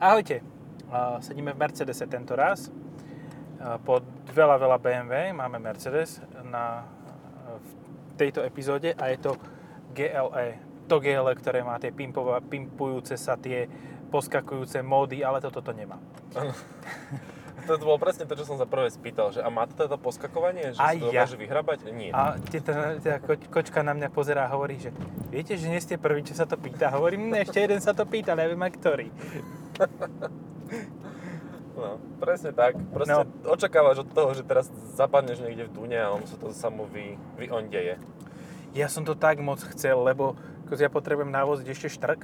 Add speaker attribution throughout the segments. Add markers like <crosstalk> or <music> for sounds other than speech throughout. Speaker 1: Ahojte. Uh, sedíme v Mercedese tento raz. Uh, pod veľa, veľa BMW máme Mercedes na, uh, v tejto epizóde a je to GLE. To GLE, ktoré má tie pimpova, pimpujúce sa tie poskakujúce módy, ale toto to nemá.
Speaker 2: To bolo presne to, čo som sa prvé spýtal, že a má to teda poskakovanie, že
Speaker 1: Aj
Speaker 2: sa to
Speaker 1: ja.
Speaker 2: môže vyhrabať? Nie.
Speaker 1: A teda, teda koč, kočka na mňa pozerá a hovorí, že viete, že nie ste prvý, čo sa to pýta. Hovorím, "Ne, ešte jeden sa to pýta, neviem aj ktorý.
Speaker 2: No, presne tak. Proste
Speaker 1: No.
Speaker 2: očakávaš od toho, že teraz zapadneš niekde v Dune a on sa to samo vy, vyondeje.
Speaker 1: Ja som to tak moc chcel, lebo akože ja potrebujem návoziť ešte štrk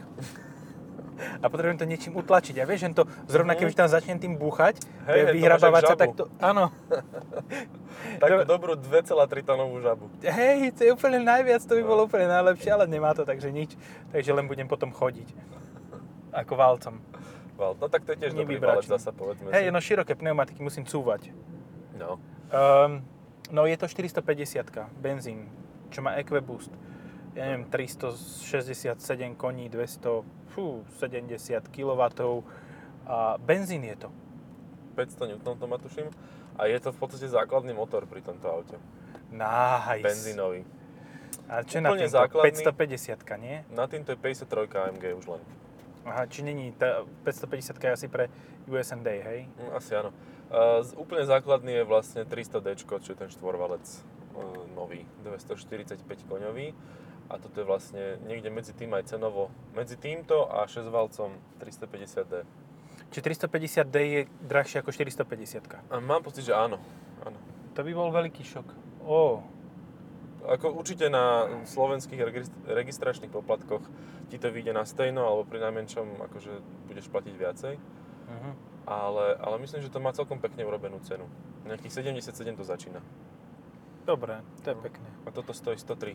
Speaker 1: a potrebujem to niečím utlačiť. A vieš, že to zrovna,
Speaker 2: Mhm.
Speaker 1: keď už tam začnem tým búchať,
Speaker 2: Hej,
Speaker 1: hey,
Speaker 2: hej, to máš
Speaker 1: vyhrabávať
Speaker 2: jak
Speaker 1: sa
Speaker 2: žabu.
Speaker 1: takto. Áno.
Speaker 2: Takú
Speaker 1: Dobre.
Speaker 2: dobrú 2,3 tonovú žabu.
Speaker 1: Hej, to je úplne najviac, to by
Speaker 2: No.
Speaker 1: bolo úplne najlepšie, ale nemá to, takže nič. Takže len budem potom chodiť. Ako valcom.
Speaker 2: Val. No tak to je tiež dobrý
Speaker 1: Nevybračný.
Speaker 2: valec zasa, povedzme si.
Speaker 1: Hej, no široké pneumatiky musím cúvať.
Speaker 2: no.
Speaker 1: Um, no je to 450 benzín, čo má EquiBoost. Ja neviem, 367 koní, 270 kW a benzín je to.
Speaker 2: 500 N to ma tuším. A je to v podstate základný motor pri tomto aute.
Speaker 1: Nice.
Speaker 2: Benzínový.
Speaker 1: A čo je na
Speaker 2: no. Úplne
Speaker 1: tým?
Speaker 2: základný.
Speaker 1: 550 nie?
Speaker 2: Na týmto je 53 AMG už len.
Speaker 1: Aha, či není tá 550 je asi pre USND, hej?
Speaker 2: Mm, Asi áno. Uh, z- úplne základný je vlastne 300D, čo je ten štvorvalec uh, nový, 245 koňový. A toto je vlastne niekde medzi tým aj cenovo, medzi týmto a 6-valcom 350D.
Speaker 1: Čiže 350D je drahšie ako 450
Speaker 2: A mám pocit, že áno. áno.
Speaker 1: To by bol veľký šok. Ó,
Speaker 2: Ako určite na slovenských registr- registračných poplatkoch ti to vyjde na stejno, alebo pri najmenšom akože budeš platiť viacej.
Speaker 1: mhm.
Speaker 2: Ale, ale myslím, že to má celkom pekne urobenú cenu. Nejakých 77 to začína.
Speaker 1: dobre, to je
Speaker 2: No.
Speaker 1: pekné.
Speaker 2: A toto stojí 103.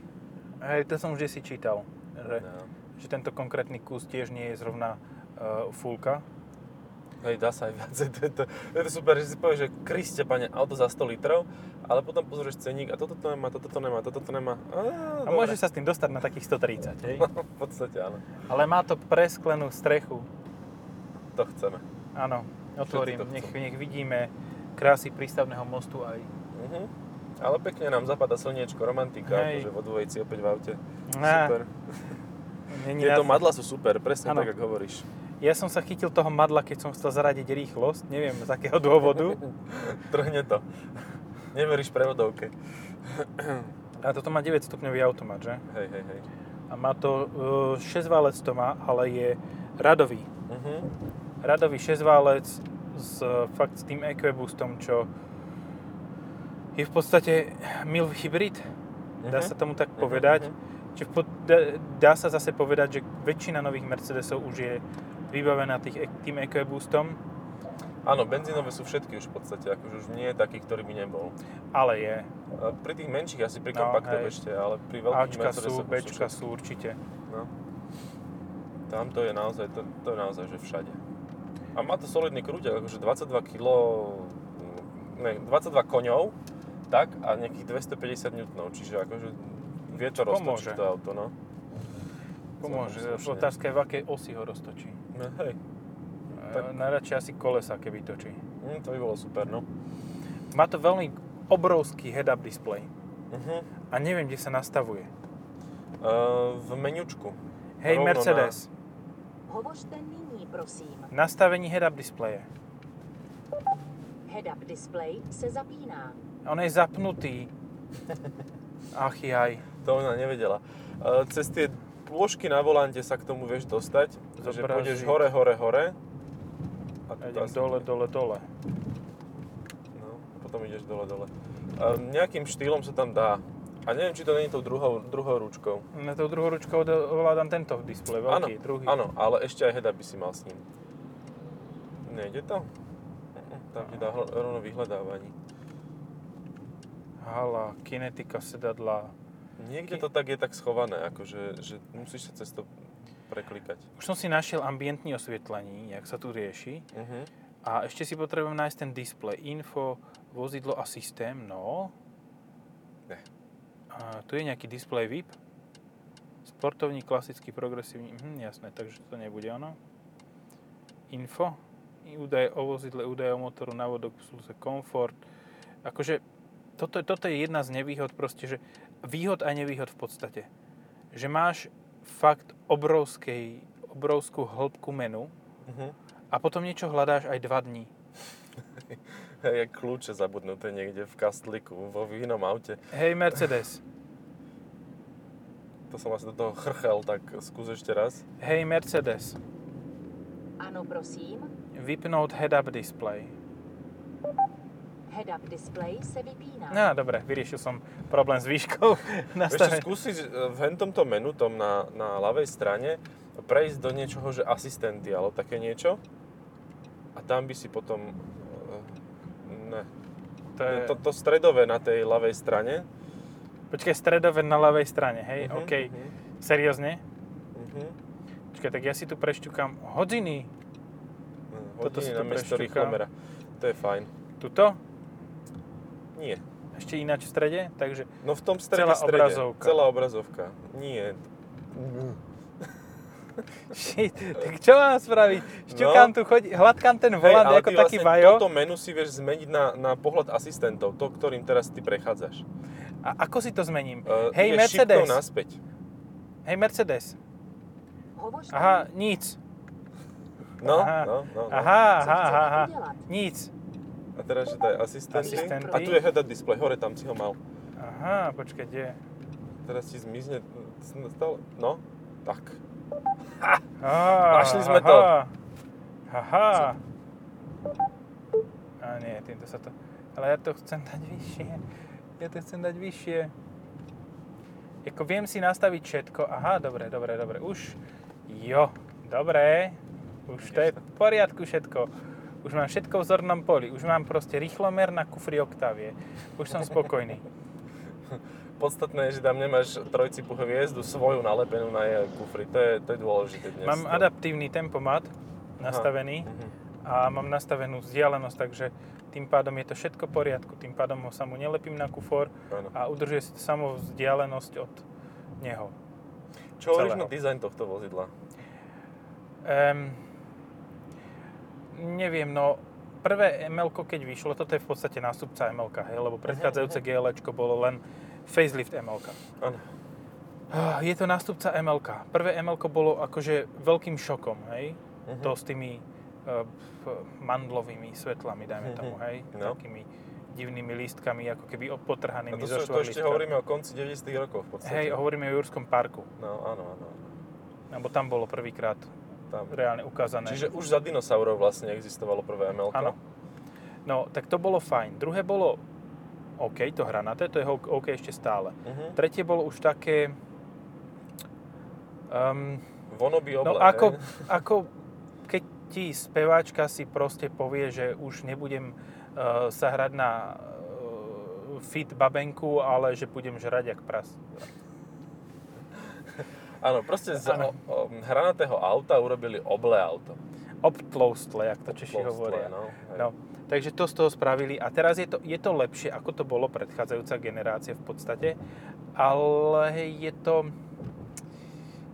Speaker 1: Hej, to som vždy si čítal, že...
Speaker 2: No.
Speaker 1: že tento konkrétny kus tiež nie je zrovna uh, fulka.
Speaker 2: Hej, dá sa aj viacej. <laughs> To je, to, to je to super, že si povieš, že kriste, pane, auto za 100 litrov, ale potom pozrieš ceník a toto to nemá, toto to nemá, toto to nemá. Á,
Speaker 1: A
Speaker 2: dobre. <laughs> No,
Speaker 1: môže sa s tým dostať na takých 130, hej?
Speaker 2: v podstate áno,
Speaker 1: Ale má to presklenú strechu.
Speaker 2: to chceme.
Speaker 1: Áno, otvorím,
Speaker 2: Všetci to
Speaker 1: nech,
Speaker 2: chcú.
Speaker 1: nech vidíme krásy prístavného mostu aj.
Speaker 2: Mhm. Ale pekne nám zapadá slniečko, romantika,
Speaker 1: Hej.
Speaker 2: akože vo dvojici opäť v aute.
Speaker 1: Á,
Speaker 2: Super.
Speaker 1: není
Speaker 2: Tieto
Speaker 1: na-
Speaker 2: madla sú super, presne
Speaker 1: Áno.
Speaker 2: tak, ako hovoríš. <laughs>
Speaker 1: Ja som sa chytil toho madla, keď som chcel zaradiť rýchlosť, neviem z akého dôvodu.
Speaker 2: Trhne to. <laughs> Neveríš prevodovke.
Speaker 1: A toto má 9 stupňový automat, že?
Speaker 2: Hej, hej, hej.
Speaker 1: A má to, uh, 6 válec to má, ale je radový.
Speaker 2: Mhm.
Speaker 1: radový šesťválec s e, fakt s tým EQBoostom, čo je v podstate milý hybrid, dá
Speaker 2: Mhm.
Speaker 1: sa tomu tak
Speaker 2: Mhm,
Speaker 1: povedať.
Speaker 2: mhm.
Speaker 1: Čiže v pod- dá, dá sa zase povedať, že väčšina nových Mercedesov už je vybavená tých, e- tým EQBoostom,
Speaker 2: Áno, benzínové sú všetky už v podstate, akože už nie je taký, ktorý by nebol.
Speaker 1: ale je.
Speaker 2: A Pri tých menších asi pri
Speaker 1: No,
Speaker 2: kompaktoch
Speaker 1: hej.
Speaker 2: ešte, ale pri
Speaker 1: Ačka sú,
Speaker 2: veľkých Mercedesoch už
Speaker 1: Bčka
Speaker 2: všetky.
Speaker 1: sú určite.
Speaker 2: No. Tam to je naozaj, to, to je naozaj, že všade. A má to solidný krúťak, akože 22 kg, ne, 22 koňov, tak, a nejakých 250 N, čiže akože vie to
Speaker 1: Pomôže.
Speaker 2: roztočiť to auto, no.
Speaker 1: Pomôže,
Speaker 2: Celkom slušne.
Speaker 1: otázka je, v akej osi ho roztočí.
Speaker 2: No, hej,
Speaker 1: Tak.
Speaker 2: Tak.
Speaker 1: Najradšej asi kolesa, keby točí.
Speaker 2: mm, to by bolo super, no.
Speaker 1: Má to veľmi obrovský head-up display
Speaker 2: Uh-huh.
Speaker 1: a neviem, kde sa nastavuje.
Speaker 2: Uh, v menučku.
Speaker 1: Hej,
Speaker 2: Rovno na-
Speaker 1: Mercedes,
Speaker 3: Hovořte nyní, prosím.
Speaker 1: nastavení head-up displeje.
Speaker 3: Head-up display se zapíná.
Speaker 1: On je
Speaker 2: <laughs>
Speaker 1: zapnutý. Ach jaj.
Speaker 2: To ona nevedela. E, Cez tie plošky na volante sa k tomu vieš dostať, že
Speaker 1: Zobrazík.
Speaker 2: pôjdeš hore, hore, hore. A
Speaker 1: Ja
Speaker 2: tu
Speaker 1: idem
Speaker 2: asi-
Speaker 1: dole, dole, dole.
Speaker 2: No, potom ideš dole, dole. A nejakým štýlom sa tam dá. A neviem, či to nie je tou druhou, druhou ručkou.
Speaker 1: Na tou druhou ručkou do- ovládam tento displej, veľký, druhý.
Speaker 2: áno, ale ešte aj head by si mal s ním. Nejde to? Mm, Tam ti dá hro- rovno vyhľadávaní.
Speaker 1: Hala, kinetika sedadla.
Speaker 2: Niekde
Speaker 1: Ki-
Speaker 2: to tak je tak schované, akože, že musíš sa cez to preklikať.
Speaker 1: Už som si našiel ambientní osvietlení, jak sa tu rieši.
Speaker 2: Mhm.
Speaker 1: A ešte si potrebujem nájsť ten displej. Info, vozidlo a systém, no.
Speaker 2: Ne.
Speaker 1: A tu je nejaký displej VIP. Sportovní, klasický, progresívny, mhm, jasné, takže to nebude ono. info, údaje o vozidle, údaje o motoru, návod o sluze, komfort. Akože toto, toto je jedna z nevýhod proste, že výhod a nevýhod v podstate. Že máš fakt obrovskej, obrovskú hĺbku menu
Speaker 2: Mhm.
Speaker 1: a potom niečo hľadáš aj dva dní.
Speaker 2: Je kľúče zabudnuté niekde v kastliku, vo inom aute.
Speaker 1: Hej, Mercedes.
Speaker 2: To som asi do toho chrchel, tak skús ešte raz.
Speaker 1: Hej, Mercedes.
Speaker 3: Ano, prosím.
Speaker 1: Vypnúť head-up display.
Speaker 3: Head-up display se vypíná.
Speaker 1: No, dobre, vyriešil som problém s výškou. <laughs>
Speaker 2: Ešte
Speaker 1: Nastavím.
Speaker 2: skúsiť e, v hentomto menu, tom na, na ľavej strane, prejsť do niečoho, že asistenty, alebo také niečo. A tam by si potom... e, Ne.
Speaker 1: To je...
Speaker 2: To, to stredové na tej ľavej strane.
Speaker 1: Počkaj, stredové na ľavej strane, hej?
Speaker 2: Mhm,
Speaker 1: OK.
Speaker 2: mhm,
Speaker 1: Seriózne?
Speaker 2: mhm.
Speaker 1: Počkaj, tak ja si tu prešťukám hodiny. Toto
Speaker 2: Hodiny
Speaker 1: si
Speaker 2: na
Speaker 1: tu
Speaker 2: miesto
Speaker 1: prešťukám.
Speaker 2: rýchlomera. To je fajn.
Speaker 1: Tuto?
Speaker 2: Nie.
Speaker 1: Ešte ináč v strede? Takže <laughs>
Speaker 2: No v tom strede,
Speaker 1: Celá
Speaker 2: strede.
Speaker 1: obrazovka.
Speaker 2: Celá obrazovka. Nie.
Speaker 1: Shit, tak čo mám spraviť? Šťukám tu, chodí, hladkám ten volant
Speaker 2: No. ale
Speaker 1: ako
Speaker 2: ty
Speaker 1: taký
Speaker 2: vlastne
Speaker 1: vajo.
Speaker 2: toto menu si vieš zmeniť na, na pohľad asistentov, to, ktorým teraz ty prechádzaš.
Speaker 1: A ako si to zmením?
Speaker 2: Eh,
Speaker 1: hej,
Speaker 2: ideš
Speaker 1: Mercedes,
Speaker 2: šipkou naspäť.
Speaker 1: hej, Mercedes.
Speaker 3: Hovořte
Speaker 1: Aha, nic.
Speaker 2: No,
Speaker 1: Aha.
Speaker 2: no, no, no.
Speaker 1: Aha,
Speaker 3: Co
Speaker 1: aha, aha,
Speaker 3: chceme
Speaker 1: aha.
Speaker 3: udělat?
Speaker 1: Nic.
Speaker 2: A teraz, že daj asistenty.
Speaker 1: Asistenty.
Speaker 2: A tu je head-up display, hore tam si ho mal.
Speaker 1: Aha, počkaj, kde? je?
Speaker 2: Teraz ti zmizne stále. No, tak.
Speaker 1: Á,
Speaker 2: Našli sme
Speaker 1: aha.
Speaker 2: to.
Speaker 1: Aha. A nie, týmto sa to... Ale ja to chcem dať vyššie. Ja to chcem dať vyššie. Jako viem si nastaviť všetko. Aha, dobre, dobre, dobre. Už. Jo, dobre. Už to je v poriadku všetko. Už mám všetko v zornom poli. Už mám proste rýchlomer na kufri Octavie. Už som
Speaker 2: <laughs>
Speaker 1: spokojný.
Speaker 2: Podstatné je, že tam nemáš trojcipu hviezdu svoju nalepenú na jej kufri. To je, to je dôležité dnes.
Speaker 1: Mám
Speaker 2: To-
Speaker 1: adaptívny tempomat nastavený.
Speaker 2: Mhm.
Speaker 1: a mám nastavenú vzdialenosť, takže tým pádom je to všetko v poriadku, tým pádom ho samu nelepím na kufor
Speaker 2: Áno.
Speaker 1: a udržuje si to samo vzdialenosť od neho.
Speaker 2: Čo hovoríš
Speaker 1: celého.
Speaker 2: na dizajn tohto vozidla?
Speaker 1: Um, neviem, no prvé ml keď vyšlo, toto je v podstate nástupca ml hej, lebo predchádzajúce GL bolo len facelift ml
Speaker 2: Áno.
Speaker 1: Ah, Je to nástupca ml Prvé ml bolo akože veľkým šokom, hej,
Speaker 2: Mhm.
Speaker 1: to s tými eh, p- mandlovými svetlami, dajme tomu,
Speaker 2: Mhm.
Speaker 1: hej,
Speaker 2: No.
Speaker 1: takými divnými lístkami, ako keby op-
Speaker 2: A
Speaker 1: potrhanými
Speaker 2: to,
Speaker 1: zo
Speaker 2: sú, to
Speaker 1: štvor
Speaker 2: ešte
Speaker 1: lístkami.
Speaker 2: hovoríme o konci 90 rokov v podstate.
Speaker 1: Hej, hovoríme o Jurskom parku,
Speaker 2: No, áno, áno. áno.
Speaker 1: lebo tam bolo prvýkrát
Speaker 2: Tam.
Speaker 1: reálne ukázané.
Speaker 2: Čiže už za dinosaurov vlastne existovalo prvé ML.
Speaker 1: Áno. No, tak to bolo fajn. Druhé bolo OK, to hrané, to je ho- OK ešte stále.
Speaker 2: Mhm.
Speaker 1: Tretie bolo už také... Um,
Speaker 2: Vonoby
Speaker 1: No
Speaker 2: oblé.
Speaker 1: ako,
Speaker 2: hej?
Speaker 1: ako keď ti speváčka si proste povie, že už nebudem uh, sa hrať na uh, fit babenku, ale že budem žrať jak pras.
Speaker 2: Áno, proste z
Speaker 1: Áno.
Speaker 2: o, o, hranatého auta urobili oblé auto.
Speaker 1: Obtloustle, jak to Češi
Speaker 2: Ploustlé,
Speaker 1: hovoria.
Speaker 2: No, hej.
Speaker 1: No, takže to z toho spravili a teraz je to, je to lepšie, ako to bolo predchádzajúca generácia v podstate, ale je to,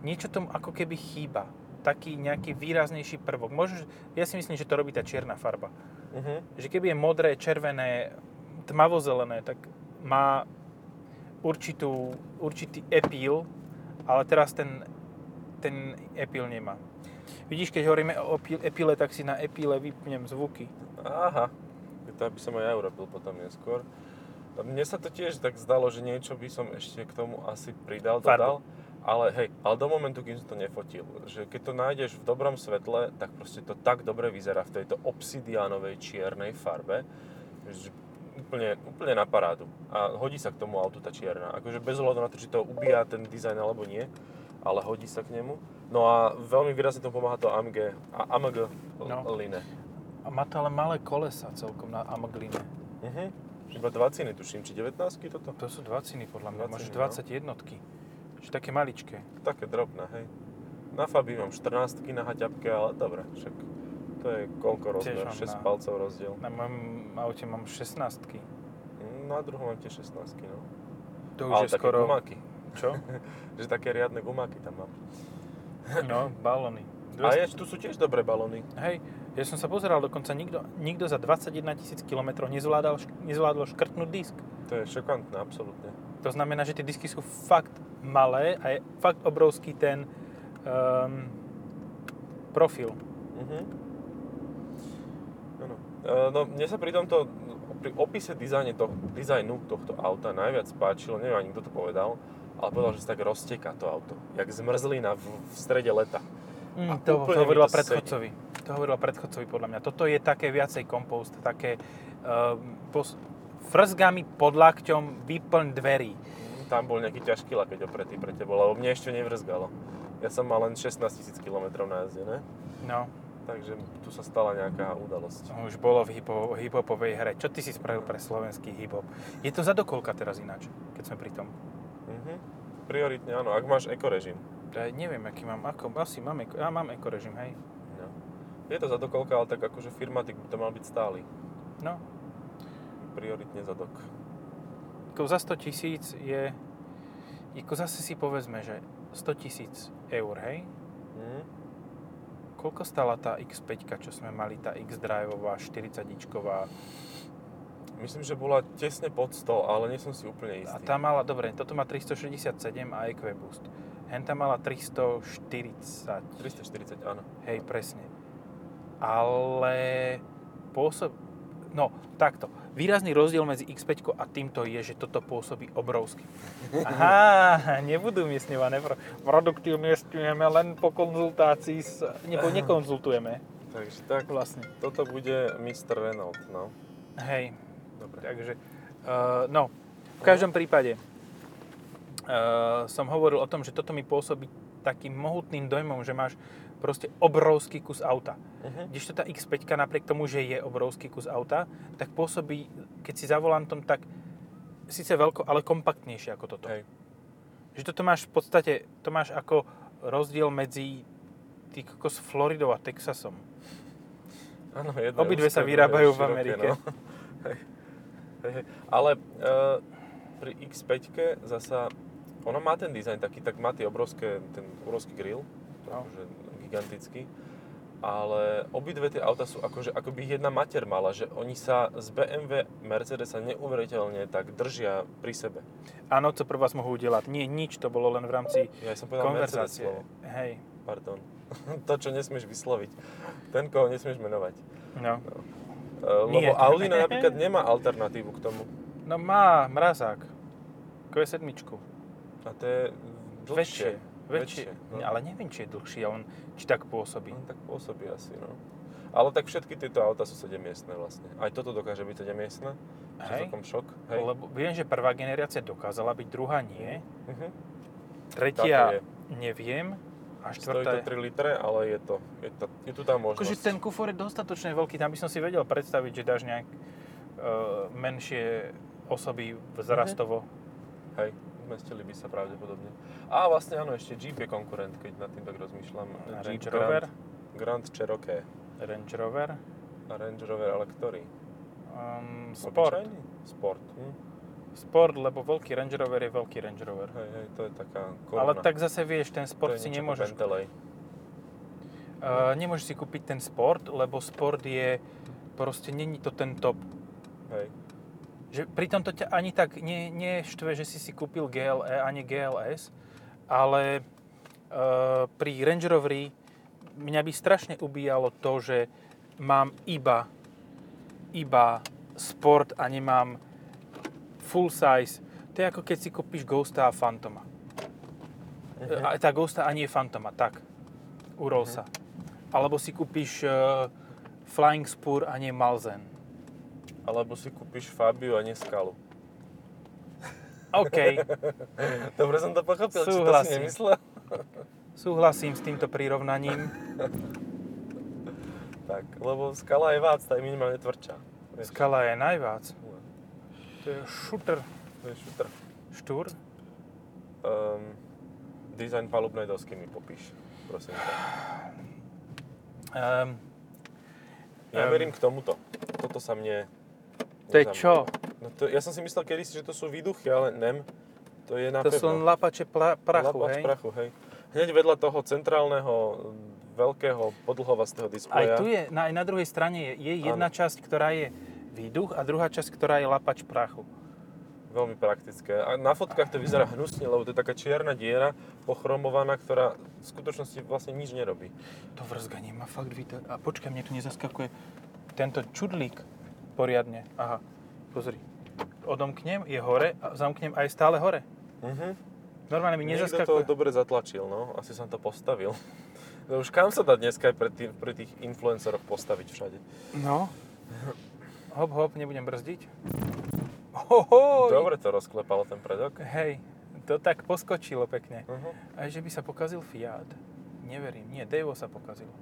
Speaker 1: niečo tomu ako keby chýba, taký nejaký výraznejší prvok. Možno, že- ja si myslím, že to robí tá čierna farba.
Speaker 2: Mhm.
Speaker 1: že keby je modré, červené, tmavozelené, tak má určitú, určitý epíl, ale teraz ten, ten epíl nemá. Vidíš, keď hovoríme o opí- epíle, tak si na epíle vypnem zvuky.
Speaker 2: Aha, to by som aj ja urobil potom neskôr. A Mne sa to tiež tak zdalo, že niečo by som ešte k tomu asi pridal, dodal.
Speaker 1: Farbu.
Speaker 2: Ale hej, ale do momentu, kým som to nefotil, že keď to nájdeš v dobrom svetle, tak proste to tak dobre vyzerá v tejto obsidiánovej čiernej farbe, že úplne, úplne na parádu. A hodí sa k tomu autu tá čierna. Akože bez ohľadu na to, či to ubíja ten dizajn alebo nie, ale hodí sa k nemu. No a veľmi výrazne tomu pomáha to AMG, a AMG
Speaker 1: No.
Speaker 2: no. line.
Speaker 1: A má to ale malé kolesa celkom na Amagline. No
Speaker 2: Mhm. Iba 20 tuším, či 19 toto?
Speaker 1: To sú 20 podľa mňa,
Speaker 2: 20,
Speaker 1: máš
Speaker 2: no.
Speaker 1: 21 Čiže také maličké.
Speaker 2: Také drobné, hej. Na Fabi mám 14 na haťapke, ale dobre, však to je koľko rozmer,
Speaker 1: mám
Speaker 2: 6
Speaker 1: na-
Speaker 2: palcov rozdiel.
Speaker 1: Na mojom aute mám 16
Speaker 2: Na druhom mám tiež 16 no.
Speaker 1: To už
Speaker 2: ale
Speaker 1: je
Speaker 2: také
Speaker 1: skoro...
Speaker 2: gumáky,
Speaker 1: <laughs> Čo?
Speaker 2: že také riadne gumáky tam mám.
Speaker 1: No, balóny.
Speaker 2: A je, tu sú tiež dobré balóny.
Speaker 1: Hej, ja som sa pozeral, dokonca nikto, nikto za 21 tisíc km nezvládal, šk- nezvládlo škrtnúť disk.
Speaker 2: To je šokantné, absolútne.
Speaker 1: To znamená, že tie disky sú fakt malé a je fakt obrovský ten um, profil.
Speaker 2: Mhm. Áno. E, No, mne sa pri tomto, pri opise dizajne to, dizajnu tohto auta najviac páčilo, neviem ani kto to povedal, ale povedal, že sa tak rozteká to auto, jak zmrzlina v, v strede leta.
Speaker 1: Mm,
Speaker 2: A
Speaker 1: to, to
Speaker 2: úplne mi
Speaker 1: hovorila
Speaker 2: to sedí.
Speaker 1: predchodcovi. To hovorila predchodcovi podľa mňa. Toto je také viacej kompost, také um, pos- frzgami pod lakťom vyplň dverí.
Speaker 2: Tam bol nejaký ťažký lakeť opretý pre tebo, lebo mne ešte nevrzgalo. Ja som mal len 16 tisíc km najazdené,
Speaker 1: No,
Speaker 2: takže tu sa stala nejaká udalosť.
Speaker 1: už bolo v hip-ho- hip-hopovej hre. Čo ty si spravil pre slovenský hip-hop? Je to za dokoľka teraz ináč, keď sme pri tom?
Speaker 2: Mhm. Prioritne áno, ak máš ekorežim.
Speaker 1: Ja neviem, aký mám, ako, asi mám, eko, ja mám ekorežim, hej.
Speaker 2: No. Je to zadokolka, ale tak akože firmatik by to mal byť stály.
Speaker 1: No,
Speaker 2: Prioritne zadok.
Speaker 1: ako za 100 tisíc je, ako zase si povedzme, že 100 tisíc eur, hej.
Speaker 2: Mhm.
Speaker 1: Koľko stala tá X5, čo sme mali, tá X-Driveová, 40-ičková?
Speaker 2: Myslím, že bola tesne pod 100, ale nie som si úplne istý.
Speaker 1: A tá mala, dobre, toto má 367 a EQ Boost. Henta mala 340.
Speaker 2: 340, áno.
Speaker 1: Hej, presne. Ale pôsob... No, takto. Výrazný rozdiel medzi X5 a týmto je, že toto pôsobí obrovsky. Aha, nebudú miestňované. Pro... Produkty umiestňujeme len po konzultácii s... Nebo nekonzultujeme
Speaker 2: Takže tak,
Speaker 1: vlastne.
Speaker 2: toto bude Mr. Renault, no.
Speaker 1: Hej,
Speaker 2: Dobre.
Speaker 1: takže... Uh, no, v každom prípade uh, som hovoril o tom, že toto mi pôsobí takým mohutným dojmom, že máš proste obrovský kus auta.
Speaker 2: Mhm.
Speaker 1: Kdežto tá X5 napriek tomu, že je obrovský kus auta, tak pôsobí, keď si za volantom, tak síce veľko, ale kompaktnejšie ako toto.
Speaker 2: Hej.
Speaker 1: Že toto máš v podstate, to máš ako rozdiel medzi ty kokos Floridou a Texasom.
Speaker 2: Áno, jedno je
Speaker 1: Obidve sa
Speaker 2: úzke, druhé je
Speaker 1: vyrábajú v
Speaker 2: široké,
Speaker 1: Amerike.
Speaker 2: no. <laughs> Hej. Hej. Ale e, pri X5 zasa, ona má ten dizajn taký, tak má tie obrovské, ten obrovský grill,
Speaker 1: No.
Speaker 2: akože gigantický, ale obidve tie auta sú akože, ako by ich jedna mater mala, že oni sa z BMW, Mercedesa neuveriteľne tak držia pri sebe.
Speaker 1: Áno, co pro vás mohú udelať? Nie, nič, to bolo len v rámci
Speaker 2: Ja som povedal Mercedes
Speaker 1: konverzácie.
Speaker 2: slovo.
Speaker 1: Hej,
Speaker 2: Pardon. <laughs> to, čo nesmieš vysloviť. Ten, koho nesmieš menovať.
Speaker 1: no.
Speaker 2: E,
Speaker 1: Nie.
Speaker 2: Lebo Audina napríklad nemá alternatívu k tomu.
Speaker 1: No má mrazák. Q7.
Speaker 2: A to je dlhšie.
Speaker 1: Väčšie. Väčšie.
Speaker 2: no.
Speaker 1: Ale neviem, či je dlhšie, on či tak pôsobí.
Speaker 2: No, tak pôsobí asi, no. Ale tak všetky tieto auta sú 7 miestne vlastne. Aj toto dokáže byť 7 miestne. Čo
Speaker 1: Hej.
Speaker 2: celkom šok. Hej.
Speaker 1: Lebo viem, že prvá generácia dokázala byť, druhá nie.
Speaker 2: Mhm.
Speaker 1: Tretia
Speaker 2: Táto je.
Speaker 1: neviem. A
Speaker 2: Stojí to
Speaker 1: štvrtá...
Speaker 2: 3 litre, ale je to, je, to, je tu tá možnosť.
Speaker 1: Akože ten kufor je dostatočne veľký, tam by som si vedel predstaviť, že dáš nejak e, menšie osoby vzrastovo.
Speaker 2: Mhm. Hej, zmestili by sa pravdepodobne. A vlastne áno, ešte Jeep je konkurent, keď nad tým tak rozmýšľam.
Speaker 1: A
Speaker 2: Jeep
Speaker 1: Range Rover,
Speaker 2: Grand, Grand Cherokee.
Speaker 1: Range Rover,
Speaker 2: A Range Rover, ale ktorý?
Speaker 1: um, Sport.
Speaker 2: Obyčajný? Sport. Hm?
Speaker 1: Sport, lebo veľký Range Rover je veľký Range Rover.
Speaker 2: Hej, hej, to je taká koruna.
Speaker 1: Ale tak zase vieš, ten
Speaker 2: To je
Speaker 1: sport si
Speaker 2: niečo ako
Speaker 1: nemôžeš...
Speaker 2: Bentley.
Speaker 1: Uh, nemôžeš si kúpiť ten sport, lebo sport je... Proste není to ten top.
Speaker 2: Hej.
Speaker 1: Že pritom to ťa ani tak ne, neštve, že si si kúpil E, GLE a nie GLS, ale uh, pri Range Roveri mňa by strašne ubíjalo to, že mám iba, iba sport a nemám full size. To je ako keď si kúpiš Ghosta a Fantoma. A tá Ghosta a nie Fantoma, tak. U Rollsa. Alebo si kúpiš uh, Flying Spur a nie Malzen.
Speaker 2: Alebo si kúpiš Fabiu a nie Skalu.
Speaker 1: OK,
Speaker 2: Dobre som to pochopil, či to si
Speaker 1: Súhlasím.
Speaker 2: nemyslel?
Speaker 1: súhlasím s týmto prirovnaním.
Speaker 2: Tak, lebo Skala je vác, tá je minimálne tvrdšia. Vieš,
Speaker 1: Skala je najvác.
Speaker 2: no,
Speaker 1: To je šuter.
Speaker 2: To je šutr.
Speaker 1: Štúr?
Speaker 2: Um, dizajn palubnej dosky mi popíš, prosím ťa.
Speaker 1: Um,
Speaker 2: Ja
Speaker 1: Ehm.
Speaker 2: verím k tomuto. Toto sa mne...
Speaker 1: to je
Speaker 2: nezamýva.
Speaker 1: čo?
Speaker 2: No to, ja som si myslel kedysi, že to sú výduchy, ale nem. To je na
Speaker 1: To sú len lapače pla- prachu,
Speaker 2: Lapač
Speaker 1: hej?
Speaker 2: prachu, hej. Hneď vedľa toho centrálneho mm, veľkého podlhovastého
Speaker 1: Aj
Speaker 2: displeja.
Speaker 1: tu je, na, aj na druhej strane je, je jedna
Speaker 2: Áno.
Speaker 1: časť, ktorá je výduch a druhá časť, ktorá je lapač prachu.
Speaker 2: Veľmi praktické. A na fotkách to vyzerá hnusne, lebo to je taká čierna diera, ochromovaná, ktorá v skutočnosti vlastne nič nerobí.
Speaker 1: To vrzganie ma fakt vyta... A počkaj, mne tu nezaskakuje tento čudlík poriadne. Aha, pozri. Odomknem, je hore a zamknem a je stále hore.
Speaker 2: Mhm.
Speaker 1: Normálne mi
Speaker 2: Niekto to
Speaker 1: nezaskakuje.
Speaker 2: dobre zatlačil, no. Asi som to postavil. <laughs> No už kam sa dá dneska aj pre, tých, pre tých influenceroch postaviť všade?
Speaker 1: No. Hop, hop, nebudem brzdiť. Hohoj!
Speaker 2: Dobre to rozklepalo ten predok.
Speaker 1: Hej, to tak poskočilo pekne.
Speaker 2: Mhm.
Speaker 1: Aj že by sa pokazil Fiat. Neverím, nie, Devo sa pokazil.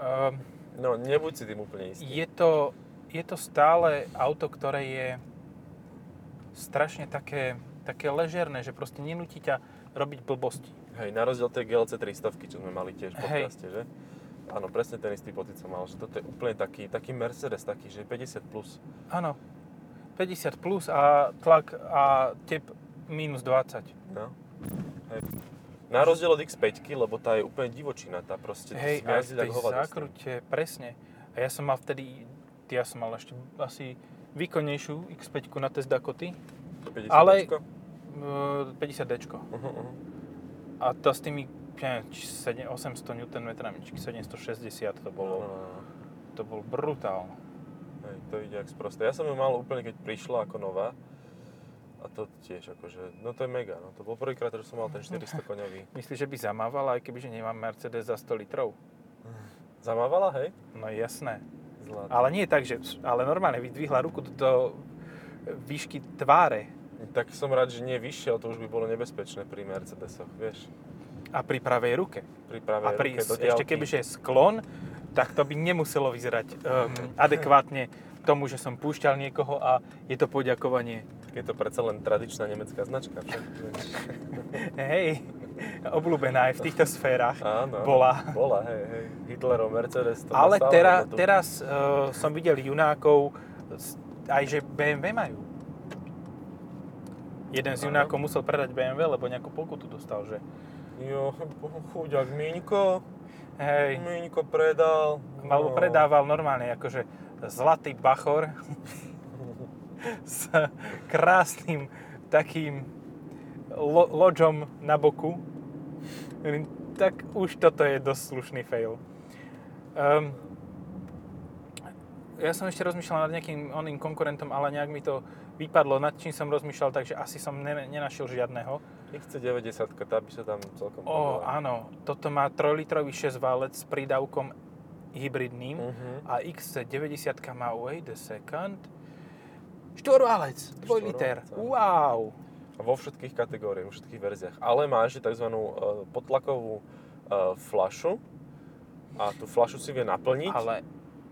Speaker 1: Um,
Speaker 2: No, nebuď si tým úplne istý.
Speaker 1: je, to, je to stále auto, ktoré je strašne také, také ležerné, že proste nenúti ťa robiť blbosti.
Speaker 2: Hej, na rozdiel tej GLC 300, čo sme mali tiež v
Speaker 1: Hej.
Speaker 2: podcaste, že? Áno, presne ten istý pocit som mal, že toto je úplne taký, taký Mercedes, taký, že 50+. Plus.
Speaker 1: Áno, 50 plus a tlak a tep minus 20.
Speaker 2: No. Hej. Na rozdiel od X5, lebo tá je úplne divočina, tá proste
Speaker 1: Hej, aj
Speaker 2: to
Speaker 1: v
Speaker 2: zjazdí tak
Speaker 1: tej
Speaker 2: hovado s tým.
Speaker 1: zákrute, presne. A ja som mal vtedy, ja som mal ešte asi výkonnejšiu X5 na test e, Dakoty,
Speaker 2: 50
Speaker 1: Ale-
Speaker 2: kočko.
Speaker 1: 50D.
Speaker 2: Mhm, mhm.
Speaker 1: A to s tými neviem, či 7 800 Nm, či 760 to
Speaker 2: Bolo...
Speaker 1: bolo, to bol brutál.
Speaker 2: Hej, to ide jak sproste. Ja som ju mal úplne, keď prišla ako nová. A to tiež akože, no to je mega, no to bol prvýkrát, že som mal ten 400 koňový.
Speaker 1: Myslíš, že by zamávala, aj keby, že nemám Mercedes za 100 litrov?
Speaker 2: Zamávala, hej?
Speaker 1: No jasné.
Speaker 2: Zlatá.
Speaker 1: Ale nie tak, že... Ale normálne vydvihla ruku do, do výšky tváre.
Speaker 2: Tak som rád, že nie vyššie, ale to už by bolo nebezpečné pri Mercedesoch, vieš.
Speaker 1: A pri pravej ruke.
Speaker 2: Pri pravej
Speaker 1: A pri,
Speaker 2: ruke do
Speaker 1: ešte
Speaker 2: diaľky.
Speaker 1: kebyže je sklon, tak to by nemuselo vyzerať um,
Speaker 2: Mhm.
Speaker 1: adekvátne tomu, že som púšťal niekoho a je to poďakovanie.
Speaker 2: Je to predsa len tradičná nemecká značka. Však.
Speaker 1: Hej, obľúbená aj v týchto sférach
Speaker 2: Áno.
Speaker 1: bola.
Speaker 2: Bola, hej, hej. Hitlerov Mercedes. To má
Speaker 1: Ale
Speaker 2: stále
Speaker 1: tera,
Speaker 2: hodnotu.
Speaker 1: teraz uh, som videl junákov, s- aj že BMW majú. Jeden z
Speaker 2: Áno.
Speaker 1: junákov musel predať BMW, lebo nejakú pokutu dostal, že
Speaker 2: Jo, chuďak Miňko.
Speaker 1: hej,
Speaker 2: Miňko predal. No.
Speaker 1: alebo predával normálne, akože zlatý bachor <laughs> s krásnym takým lo- loďom na boku. Hovorím, Tak už toto je dosť slušný fail. Um, ja som ešte rozmýšľal nad nejakým oným konkurentom, ale nejak mi to vypadlo, nad čím som rozmýšľal, takže asi som ne- nenašiel žiadneho.
Speaker 2: XC90, tá by sa tam celkom
Speaker 1: Ó, áno, toto má 3-litrový 6-válec s prídavkom hybridným.
Speaker 2: Uh-huh.
Speaker 1: A XC90 má wait a second. Štvorválec, dvoj
Speaker 2: Štvorválec,
Speaker 1: liter.
Speaker 2: áno.
Speaker 1: Wow.
Speaker 2: Vo všetkých kategóriách, vo všetkých verziách. Ale má ešte tzv. eh, potlakovú eh, flašu. A tú flašu si vie naplniť.
Speaker 1: Ale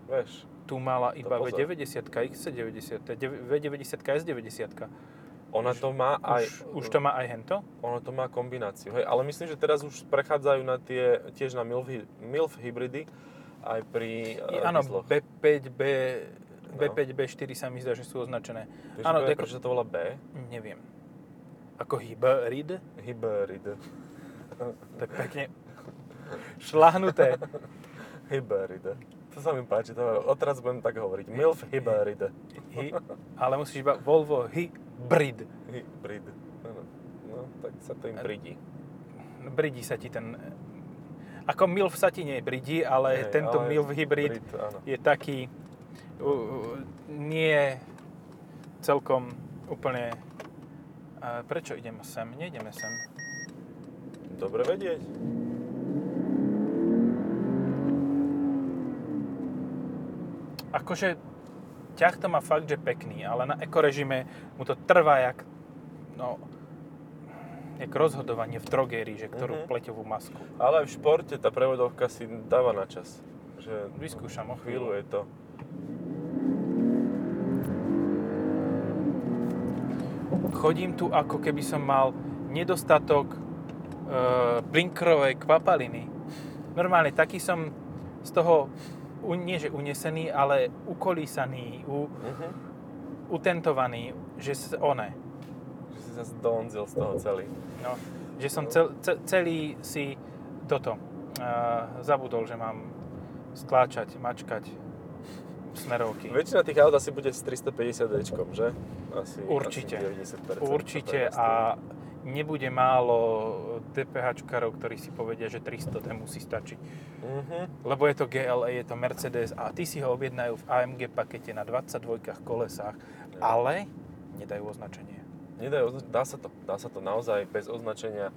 Speaker 2: Vieš,
Speaker 1: tu mala iba
Speaker 2: pozor.
Speaker 1: V90, XC90, to je dev- V90, S90.
Speaker 2: ona
Speaker 1: Už-
Speaker 2: to má aj...
Speaker 1: Už, už to má aj hento?
Speaker 2: Ono to má kombináciu, hej, ale myslím, že teraz už prechádzajú na tie, tiež na MILF, hy- MILF hybridy, aj pri
Speaker 1: I,
Speaker 2: uh,
Speaker 1: áno,
Speaker 2: diesloch.
Speaker 1: B5, B... B5, B4 sa mi zdá, že sú označené.
Speaker 2: No. Vieš,
Speaker 1: áno,
Speaker 2: to je,
Speaker 1: deko-
Speaker 2: prečo to volá B?
Speaker 1: Neviem. Ako hybrid?
Speaker 2: Hybrid.
Speaker 1: To je pekne šlahnuté.
Speaker 2: Hybrid. To sa mi páči, to odteraz budem tak hovoriť. MILF hybrid.
Speaker 1: Hy, ale musíš iba Volvo hybrid.
Speaker 2: Hybrid. Áno. No, tak sa to im pridí.
Speaker 1: Bridí sa ti ten... Ako MILF sa ti nebridí, ale
Speaker 2: Hej,
Speaker 1: tento
Speaker 2: ale
Speaker 1: MILF hybrid
Speaker 2: Hybrid, áno.
Speaker 1: je taký... U, u, nie celkom úplne... A prečo idem sem? Nejdeme sem.
Speaker 2: Dobre vedieť.
Speaker 1: Akože ťah to má fakt, že pekný, ale na ekorežime mu to trvá jak... No, jak rozhodovanie v drogérii, že ktorú
Speaker 2: Mhm.
Speaker 1: pleťovú masku.
Speaker 2: Ale aj v športe tá prevodovka si dáva na čas. Že
Speaker 1: Vyskúšam o
Speaker 2: chvíľu
Speaker 1: chvíľu.
Speaker 2: je to.
Speaker 1: Chodím tu ako keby som mal nedostatok e, blinkrovej kvapaliny. Normálne taký som z toho u, nie že unesený, ale ukolísaný, u,
Speaker 2: Mhm.
Speaker 1: utentovaný, že s, one.
Speaker 2: Že si
Speaker 1: Mhm.
Speaker 2: sa zdonzil z toho celý.
Speaker 1: No, že som cel, ce, celý si toto a zabudol, že mám stláčať, mačkať smerovky.
Speaker 2: Väčšina tých aut asi bude s 350 dčkom, že? Asi,
Speaker 1: Určite.
Speaker 2: Asi 90%.
Speaker 1: Určite a nebude málo dph ktorí si povedia, že 300 ten musí stačiť.
Speaker 2: Uh-huh.
Speaker 1: Lebo je to GLE, je to Mercedes a ty si ho objednajú v AMG pakete na 22 kolesách, ale nedajú označenie.
Speaker 2: Nedajú, označ- dá sa to, dá sa to naozaj bez označenia.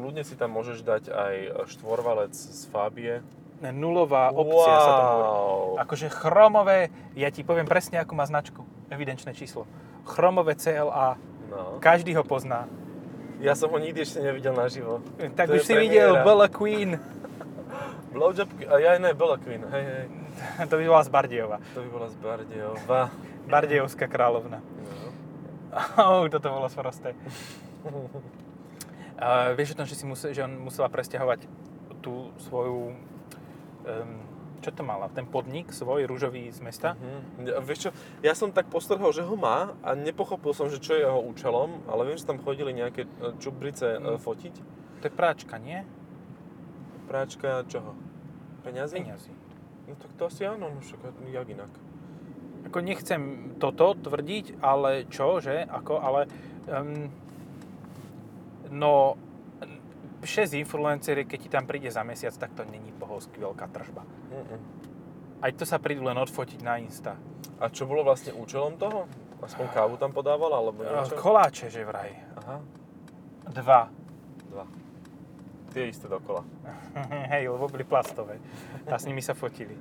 Speaker 2: Kľudne si tam môžeš dať aj štvorvalec z Fábie.
Speaker 1: Nulová opcia sa to hovorí.
Speaker 2: Wow.
Speaker 1: Akože chromové, ja ti poviem presne, ako má značku, evidenčné číslo. Chromové CLA,
Speaker 2: No.
Speaker 1: každý ho pozná.
Speaker 2: Ja som ho nikdy ešte nevidel naživo.
Speaker 1: Tak
Speaker 2: To
Speaker 1: už
Speaker 2: je
Speaker 1: si videl
Speaker 2: premiéra.
Speaker 1: Bella Queen, <laughs>
Speaker 2: Blowjob, a ja aj ne, Bella Queen, hej, hej.
Speaker 1: to by bola z Bardejova,
Speaker 2: To by bola z Bardejova.
Speaker 1: Bardejovská kráľovna.
Speaker 2: No.
Speaker 1: Au, toto bolo sprosté. A vieš o tom, že, si musel, že on musela presťahovať tú svoju... Um, čo to mala? Ten podnik svoj, rúžový z mesta?
Speaker 2: Mhm. Ja- Vieš čo, ja som tak postrhol, že ho má a nepochopil som, že čo je jeho účelom, ale viem, že tam chodili nejaké e, čubrice e, fotiť.
Speaker 1: To je práčka, nie?
Speaker 2: Práčka čoho? Peňazí?
Speaker 1: Peniazy.
Speaker 2: No tak to asi áno, no však jak inak.
Speaker 1: Ako nechcem toto tvrdiť, ale čo, že? Ako, ale... Um, no, 6 influencer, keď ti tam príde za mesiac, tak to není pohosky veľká tržba.
Speaker 2: Mm-mm.
Speaker 1: Aj to sa prídu len odfotiť na Insta.
Speaker 2: A čo bolo vlastne účelom toho? Aspoň kávu tam podávala, alebo
Speaker 1: Eh,
Speaker 2: niečo?
Speaker 1: Koláče, že vraj.
Speaker 2: Aha,
Speaker 1: Dva.
Speaker 2: dva. Tie isté dokola.
Speaker 1: <laughs> Hej, lebo boli plastové. A s nimi sa fotili.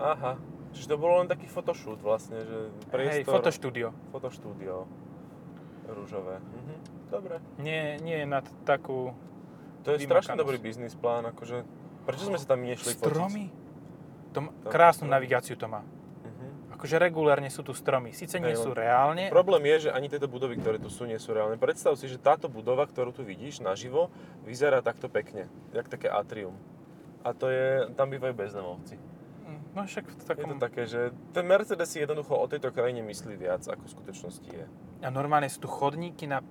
Speaker 2: Aha. Čiže to bolo len taký photoshoot vlastne, že priestor...
Speaker 1: Hej, fotoštúdio.
Speaker 2: Fotoštúdio. Rúžové. Mhm. Dobre.
Speaker 1: Nie, nie na t- takú...
Speaker 2: To je
Speaker 1: Vymakanosť.
Speaker 2: strašne dobrý biznis plán, akože... Prečo sme sa tam nešli fotiť?
Speaker 1: Stromy? To má,
Speaker 2: Tam
Speaker 1: krásnu
Speaker 2: stromy.
Speaker 1: navigáciu to má.
Speaker 2: Mhm.
Speaker 1: Akože regulárne sú tu stromy. Síce nie
Speaker 2: Hej,
Speaker 1: sú
Speaker 2: len
Speaker 1: reálne.
Speaker 2: Problém je, že ani tieto budovy, ktoré tu sú, nie sú reálne. Predstav si, že táto budova, ktorú tu vidíš naživo, vyzerá takto pekne. Jak také atrium. A to je, tam bývajú bezdomovci.
Speaker 1: No však v
Speaker 2: Je to
Speaker 1: takom...
Speaker 2: také, že ten Mercedes si jednoducho o tejto krajine myslí viac, ako v skutočnosti je.
Speaker 1: A normálne sú tu chodníky na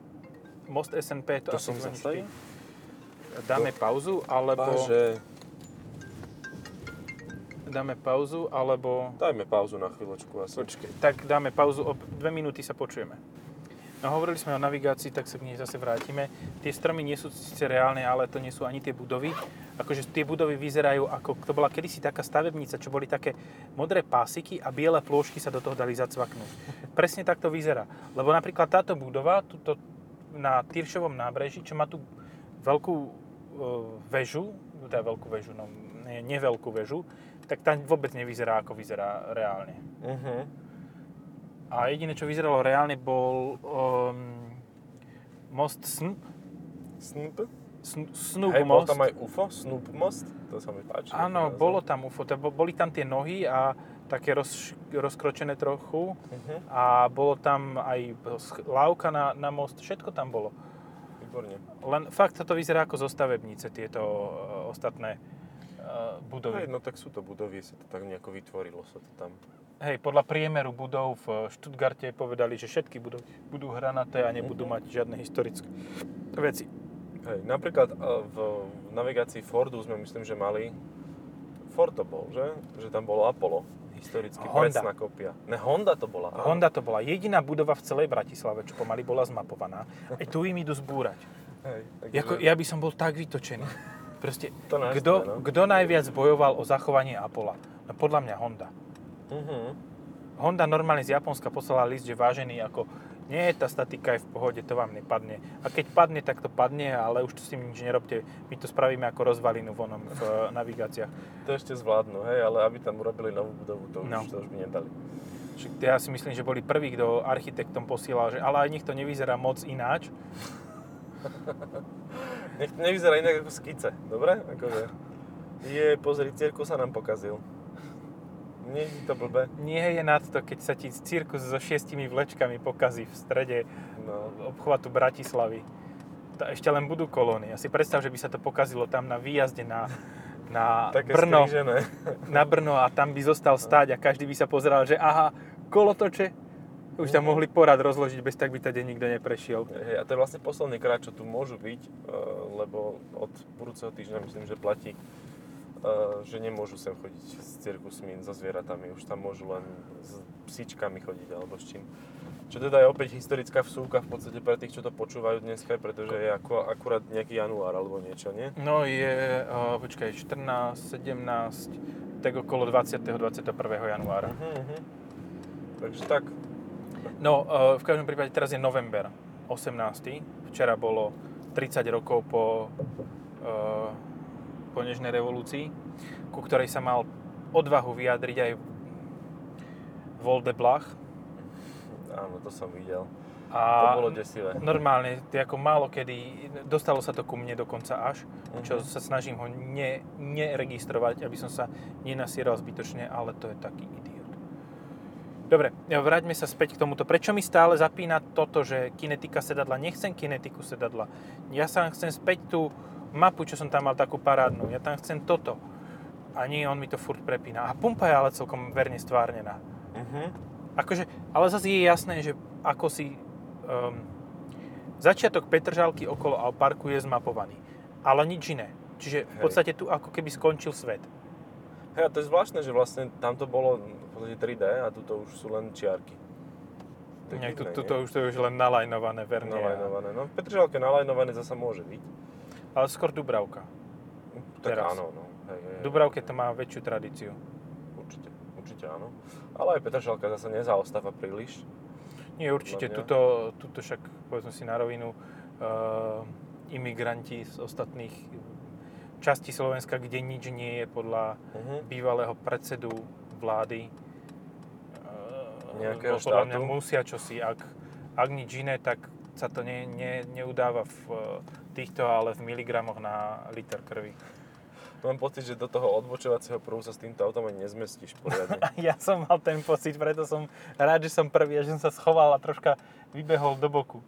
Speaker 1: most SNP. To,
Speaker 2: To
Speaker 1: asi
Speaker 2: som
Speaker 1: zvoníš
Speaker 2: zastavil?
Speaker 1: ty. Dáme pauzu, alebo...
Speaker 2: Bože,
Speaker 1: Dáme pauzu, alebo...
Speaker 2: dajme pauzu na chvíľočku asi. Počkej.
Speaker 1: Tak dáme pauzu, o dve minúty sa počujeme. No hovorili sme o navigácii, tak sa k nej zase vrátime. Tie stromy nie sú síce reálne, ale to nie sú ani tie budovy. Akože tie budovy vyzerajú ako, to bola kedysi taká stavebnica, čo boli také modré pásiky a biele plôžky sa do toho dali zacvaknúť. Presne tak to vyzerá. Lebo napríklad táto budova, tuto na Tyršovom nábreží, čo má tu veľkú e, väžu, teda veľkú väžu, no ne, neveľkú väžu, tak tá vôbec nevyzerá, ako vyzerá reálne.
Speaker 2: Uh-huh.
Speaker 1: A jediné, čo vyzeralo reálne, bol um, most Snoop,
Speaker 2: Snoop?
Speaker 1: Sn- Snoop
Speaker 2: Hej, bol
Speaker 1: most.
Speaker 2: tam aj UFO? Snoop most? To sa mi páči.
Speaker 1: Áno, bolo tam UFO, to bo- boli tam tie nohy a také roz, rozkročené trochu
Speaker 2: Uh-huh.
Speaker 1: a bolo tam aj sch- lávka na, na most, všetko tam bolo.
Speaker 2: Výborne.
Speaker 1: Len fakt toto vyzerá ako zo stavebnice, tieto e, ostatné e, budovy.
Speaker 2: Hej, no tak sú to budovy, sa to tak nejako vytvorilo sa to tam.
Speaker 1: Hej, podľa priemeru budov v Stuttgarte povedali, že všetky budovy budú hranaté a nebudú
Speaker 2: Mhm.
Speaker 1: mať žiadne historické veci.
Speaker 2: Hej, napríklad e, v v navigácii Fordu sme myslím, že mali Ford to bol, že? Že tam bolo Apollo. Historicky
Speaker 1: Honda.
Speaker 2: presná kopia. Ne, Honda to bola. áno.
Speaker 1: Honda to bola jediná budova v celej Bratislave, čo pomaly bola zmapovaná. Aj tu im idú zbúrať.
Speaker 2: Hej, takže-
Speaker 1: Jako, ja by som bol tak vytočený. Proste,
Speaker 2: To náš sme, no.
Speaker 1: kto, kto najviac bojoval o zachovanie Apola? No podľa mňa Honda.
Speaker 2: Mhm.
Speaker 1: Honda normálne z Japonska poslala list, že vážený, ako nie, tá statika je v pohode, to vám nepadne. A keď padne, tak to padne, ale už to s tým nič nerobte. My to spravíme ako rozvalinu vonom v eh, navigáciách.
Speaker 2: To ešte zvládnu, hej, ale aby tam urobili novú budovu, to už,
Speaker 1: No.
Speaker 2: to už by nedali.
Speaker 1: Však Ja si myslím, že boli prví, kto architektom posielal, že ale aj nech to nevyzerá moc ináč.
Speaker 2: Nech to nevyzerá inak ako skice, dobre? Akože, je, pozri, cirkus sa nám pokazil. Nie je to blbé.
Speaker 1: Nie je nad to, keď sa ti cirkus so šiestimi vlečkami pokazí v strede
Speaker 2: No.
Speaker 1: obchvatu Bratislavy. To ešte len budú kolóny. Ja si predstav, že by sa to pokazilo tam na výjazde na, na,
Speaker 2: <laughs> Také
Speaker 1: Brno,
Speaker 2: skrížené.
Speaker 1: na Brno a tam by zostal stáť a každý by sa pozeral, že aha, kolotoče, už tam
Speaker 2: Mhm.
Speaker 1: mohli porad rozložiť, bez tak by tady nikto neprešiel.
Speaker 2: Hej, a to je vlastne eh, posledný krát, čo tu môžu byť, e, lebo od budúceho týždňa myslím, že platí eh, že nemôžu sem chodiť s cirkusmi, so zvieratami, už tam môžu len s psíčkami chodiť alebo s čím. Čo teda je opäť historická vsúka v podstate pre tých, čo to počúvajú dneska, pretože je ako, akurát nejaký január alebo niečo, nie?
Speaker 1: No je, uh, počkaj, 14, 17, tak okolo 20. 21. januára.
Speaker 2: Mhm, mhm. Takže tak,
Speaker 1: No, e, v každom prípade teraz je november 18. Včera bolo 30 rokov po, e, po Nežnej revolúcii, ku ktorej sa mal odvahu vyjadriť aj Voldeblach.
Speaker 2: áno, to som videl.
Speaker 1: A
Speaker 2: To bolo desivé.
Speaker 1: normálne, to je ako málo kedy, dostalo sa to ku mne dokonca až, čo
Speaker 2: Mhm.
Speaker 1: sa snažím ho ne, neregistrovať, aby som sa nenasieral zbytočne, ale to je taký idiot. Dobre, vráťme sa späť k tomuto. Prečo mi stále zapína toto, že kinetika sedadla? Nechcem kinetiku sedadla. Ja sa chcem späť tú mapu, čo som tam mal takú parádnu. Ja tam chcem toto. A nie, on mi to furt prepína. A pumpa je ale celkom verne stvárnená.
Speaker 2: Mhm.
Speaker 1: Akože, ale zase je jasné, že ako si um, začiatok Petržalky okolo Alparku je zmapovaný. Ale nič iné. Čiže v
Speaker 2: Hej.
Speaker 1: podstate tu ako keby skončil svet.
Speaker 2: Hej, a to je zvláštne, že vlastne tam to bolo v podstate 3D a tuto už sú len čiarky. To je
Speaker 1: Nie, tu,
Speaker 2: divné,
Speaker 1: tu,
Speaker 2: nie?
Speaker 1: to už to je už len nalajnované, verne.
Speaker 2: Nalajnované. No v Petržalke nalajnované zasa môže byť.
Speaker 1: Ale skôr Dubravka.
Speaker 2: Tak
Speaker 1: Teraz.
Speaker 2: áno, no. Hej, hej,
Speaker 1: V
Speaker 2: hej.
Speaker 1: Dubravke to má väčšiu tradíciu.
Speaker 2: Určite, určite áno. Ale aj Petržalka zasa nezaostáva príliš.
Speaker 1: Nie, určite,
Speaker 2: Podľa mňa.
Speaker 1: tuto, tuto však, povedzme si na rovinu, uh, imigranti z ostatných častí Slovenska, kde nič nie je podľa
Speaker 2: Mhm.
Speaker 1: bývalého predsedu vlády
Speaker 2: Nejakého
Speaker 1: lebo podľa
Speaker 2: štátu?
Speaker 1: mňa musia čosi. Ak, ak nič iné, tak sa to ne, ne, neudáva v e, týchto, ale v miligramoch na liter krvi. <laughs>
Speaker 2: Mám pocit, že do toho odbočovacieho prúhu sa s týmto autom ani nezmestíš
Speaker 1: <laughs>
Speaker 2: poriadne.
Speaker 1: Ja som mal ten pocit, preto som rád, že som prvý a že som sa schoval a troška vybehol do boku.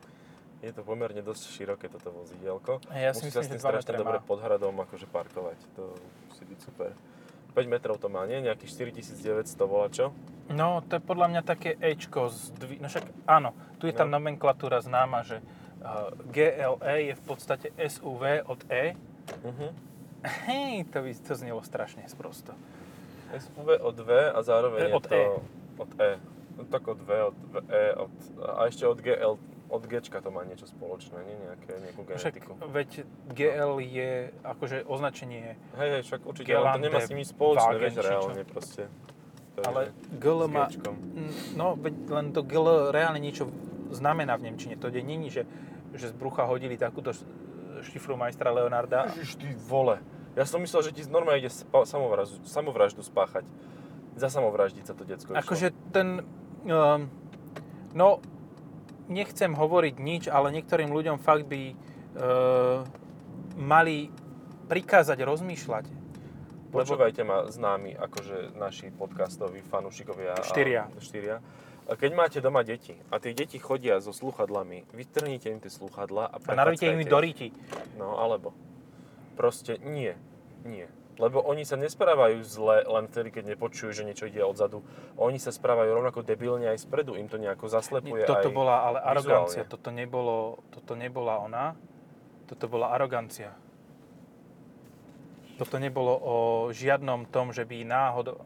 Speaker 2: Je to pomerne dosť široké toto vozidielko.
Speaker 1: Ja si
Speaker 2: Musí sa
Speaker 1: myslím,
Speaker 2: s tým
Speaker 1: že dva
Speaker 2: strašne
Speaker 1: metre
Speaker 2: dobre
Speaker 1: má.
Speaker 2: pod hradom akože parkovať. To musí byť super. 5 metrov to má, nie? Nejakých 4900 volá čo?
Speaker 1: No, to je podľa mňa také Ečko z dvi... No však áno, tu je tá
Speaker 2: No.
Speaker 1: nomenklatúra známa, že uh, GLE je v podstate SUV od E.
Speaker 2: Mhm.
Speaker 1: Hej, to, by, to znelo strašne sprosto.
Speaker 2: SUV od V a zároveň
Speaker 1: E,
Speaker 2: je
Speaker 1: od
Speaker 2: to...
Speaker 1: E.
Speaker 2: Od E. No tak od V, od v, E, od, a ešte od GL, od G to má niečo spoločné, nie? Nejaké, nejakú
Speaker 1: Však, e,
Speaker 2: genetiku.
Speaker 1: veď GL je akože označenie,
Speaker 2: Hej, hej, však určite, ale to
Speaker 1: Gelande,
Speaker 2: nemá s nimi nič spoločné,
Speaker 1: Wagen,
Speaker 2: vieš,
Speaker 1: či čo?
Speaker 2: reálne proste. To je,
Speaker 1: ale
Speaker 2: že
Speaker 1: GL
Speaker 2: s
Speaker 1: má,
Speaker 2: Gčkom.
Speaker 1: Mm, no veď len to GL reálne niečo znamená v Nemčine. To nie je, že, že z brucha hodili takúto š- šifru majstra Leonarda.
Speaker 2: Ježiš, ty vole. Ja som myslel, že ti normálne ide spa- samovraždu, samovraždu spáchať. Za samovraždiť sa to decko išlo.
Speaker 1: Akože ten... Um, no, nechcem hovoriť nič, ale niektorým ľuďom fakt by uh, mali prikázať rozmýšľať.
Speaker 2: Počúvajte ma známi, akože naši podcastoví fanúšikovia. a-
Speaker 1: Štyria.
Speaker 2: Štyria. A keď máte doma deti a tie deti chodia so sluchadlami, vytrhnite im tie sluchadla a
Speaker 1: A narvíte im
Speaker 2: prefackajte
Speaker 1: do ríti.
Speaker 2: No alebo. Proste nie. Nie. Lebo oni sa nesprávajú zle len vtedy, keď nepočujú, že niečo ide odzadu. Oni sa správajú rovnako debilne aj spredu. Im to nejako zaslepuje
Speaker 1: Toto
Speaker 2: aj...
Speaker 1: bola ale
Speaker 2: vizuálne.
Speaker 1: arogancia, toto, nebolo, toto nebola ona, toto bola arogancia. Toto nebolo o žiadnom tom, že by náhodou,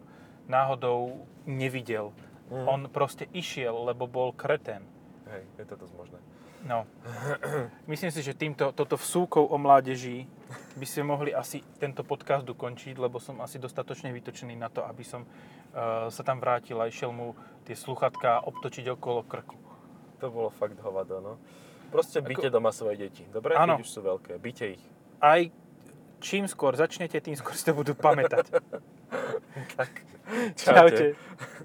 Speaker 1: náhodou nevidel.
Speaker 2: Mhm.
Speaker 1: On proste išiel, lebo bol kreten.
Speaker 2: Hej, je to dosť možné.
Speaker 1: No. Myslím si, že týmto, toto vsúkou o mládeži by sme mohli asi tento podcast dokončiť, lebo som asi dostatočne vytočený na to, aby som eh, sa tam vrátil a išiel mu tie sluchatka obtočiť okolo krku.
Speaker 2: To bolo fakt hovado, no. Proste byte doma svoje deti, dobre?
Speaker 1: Áno.
Speaker 2: Keď už sú veľké, byte ich.
Speaker 1: aj čím skôr začnete, tým skôr si to budú pamätať.
Speaker 2: Tak,
Speaker 1: Čaute.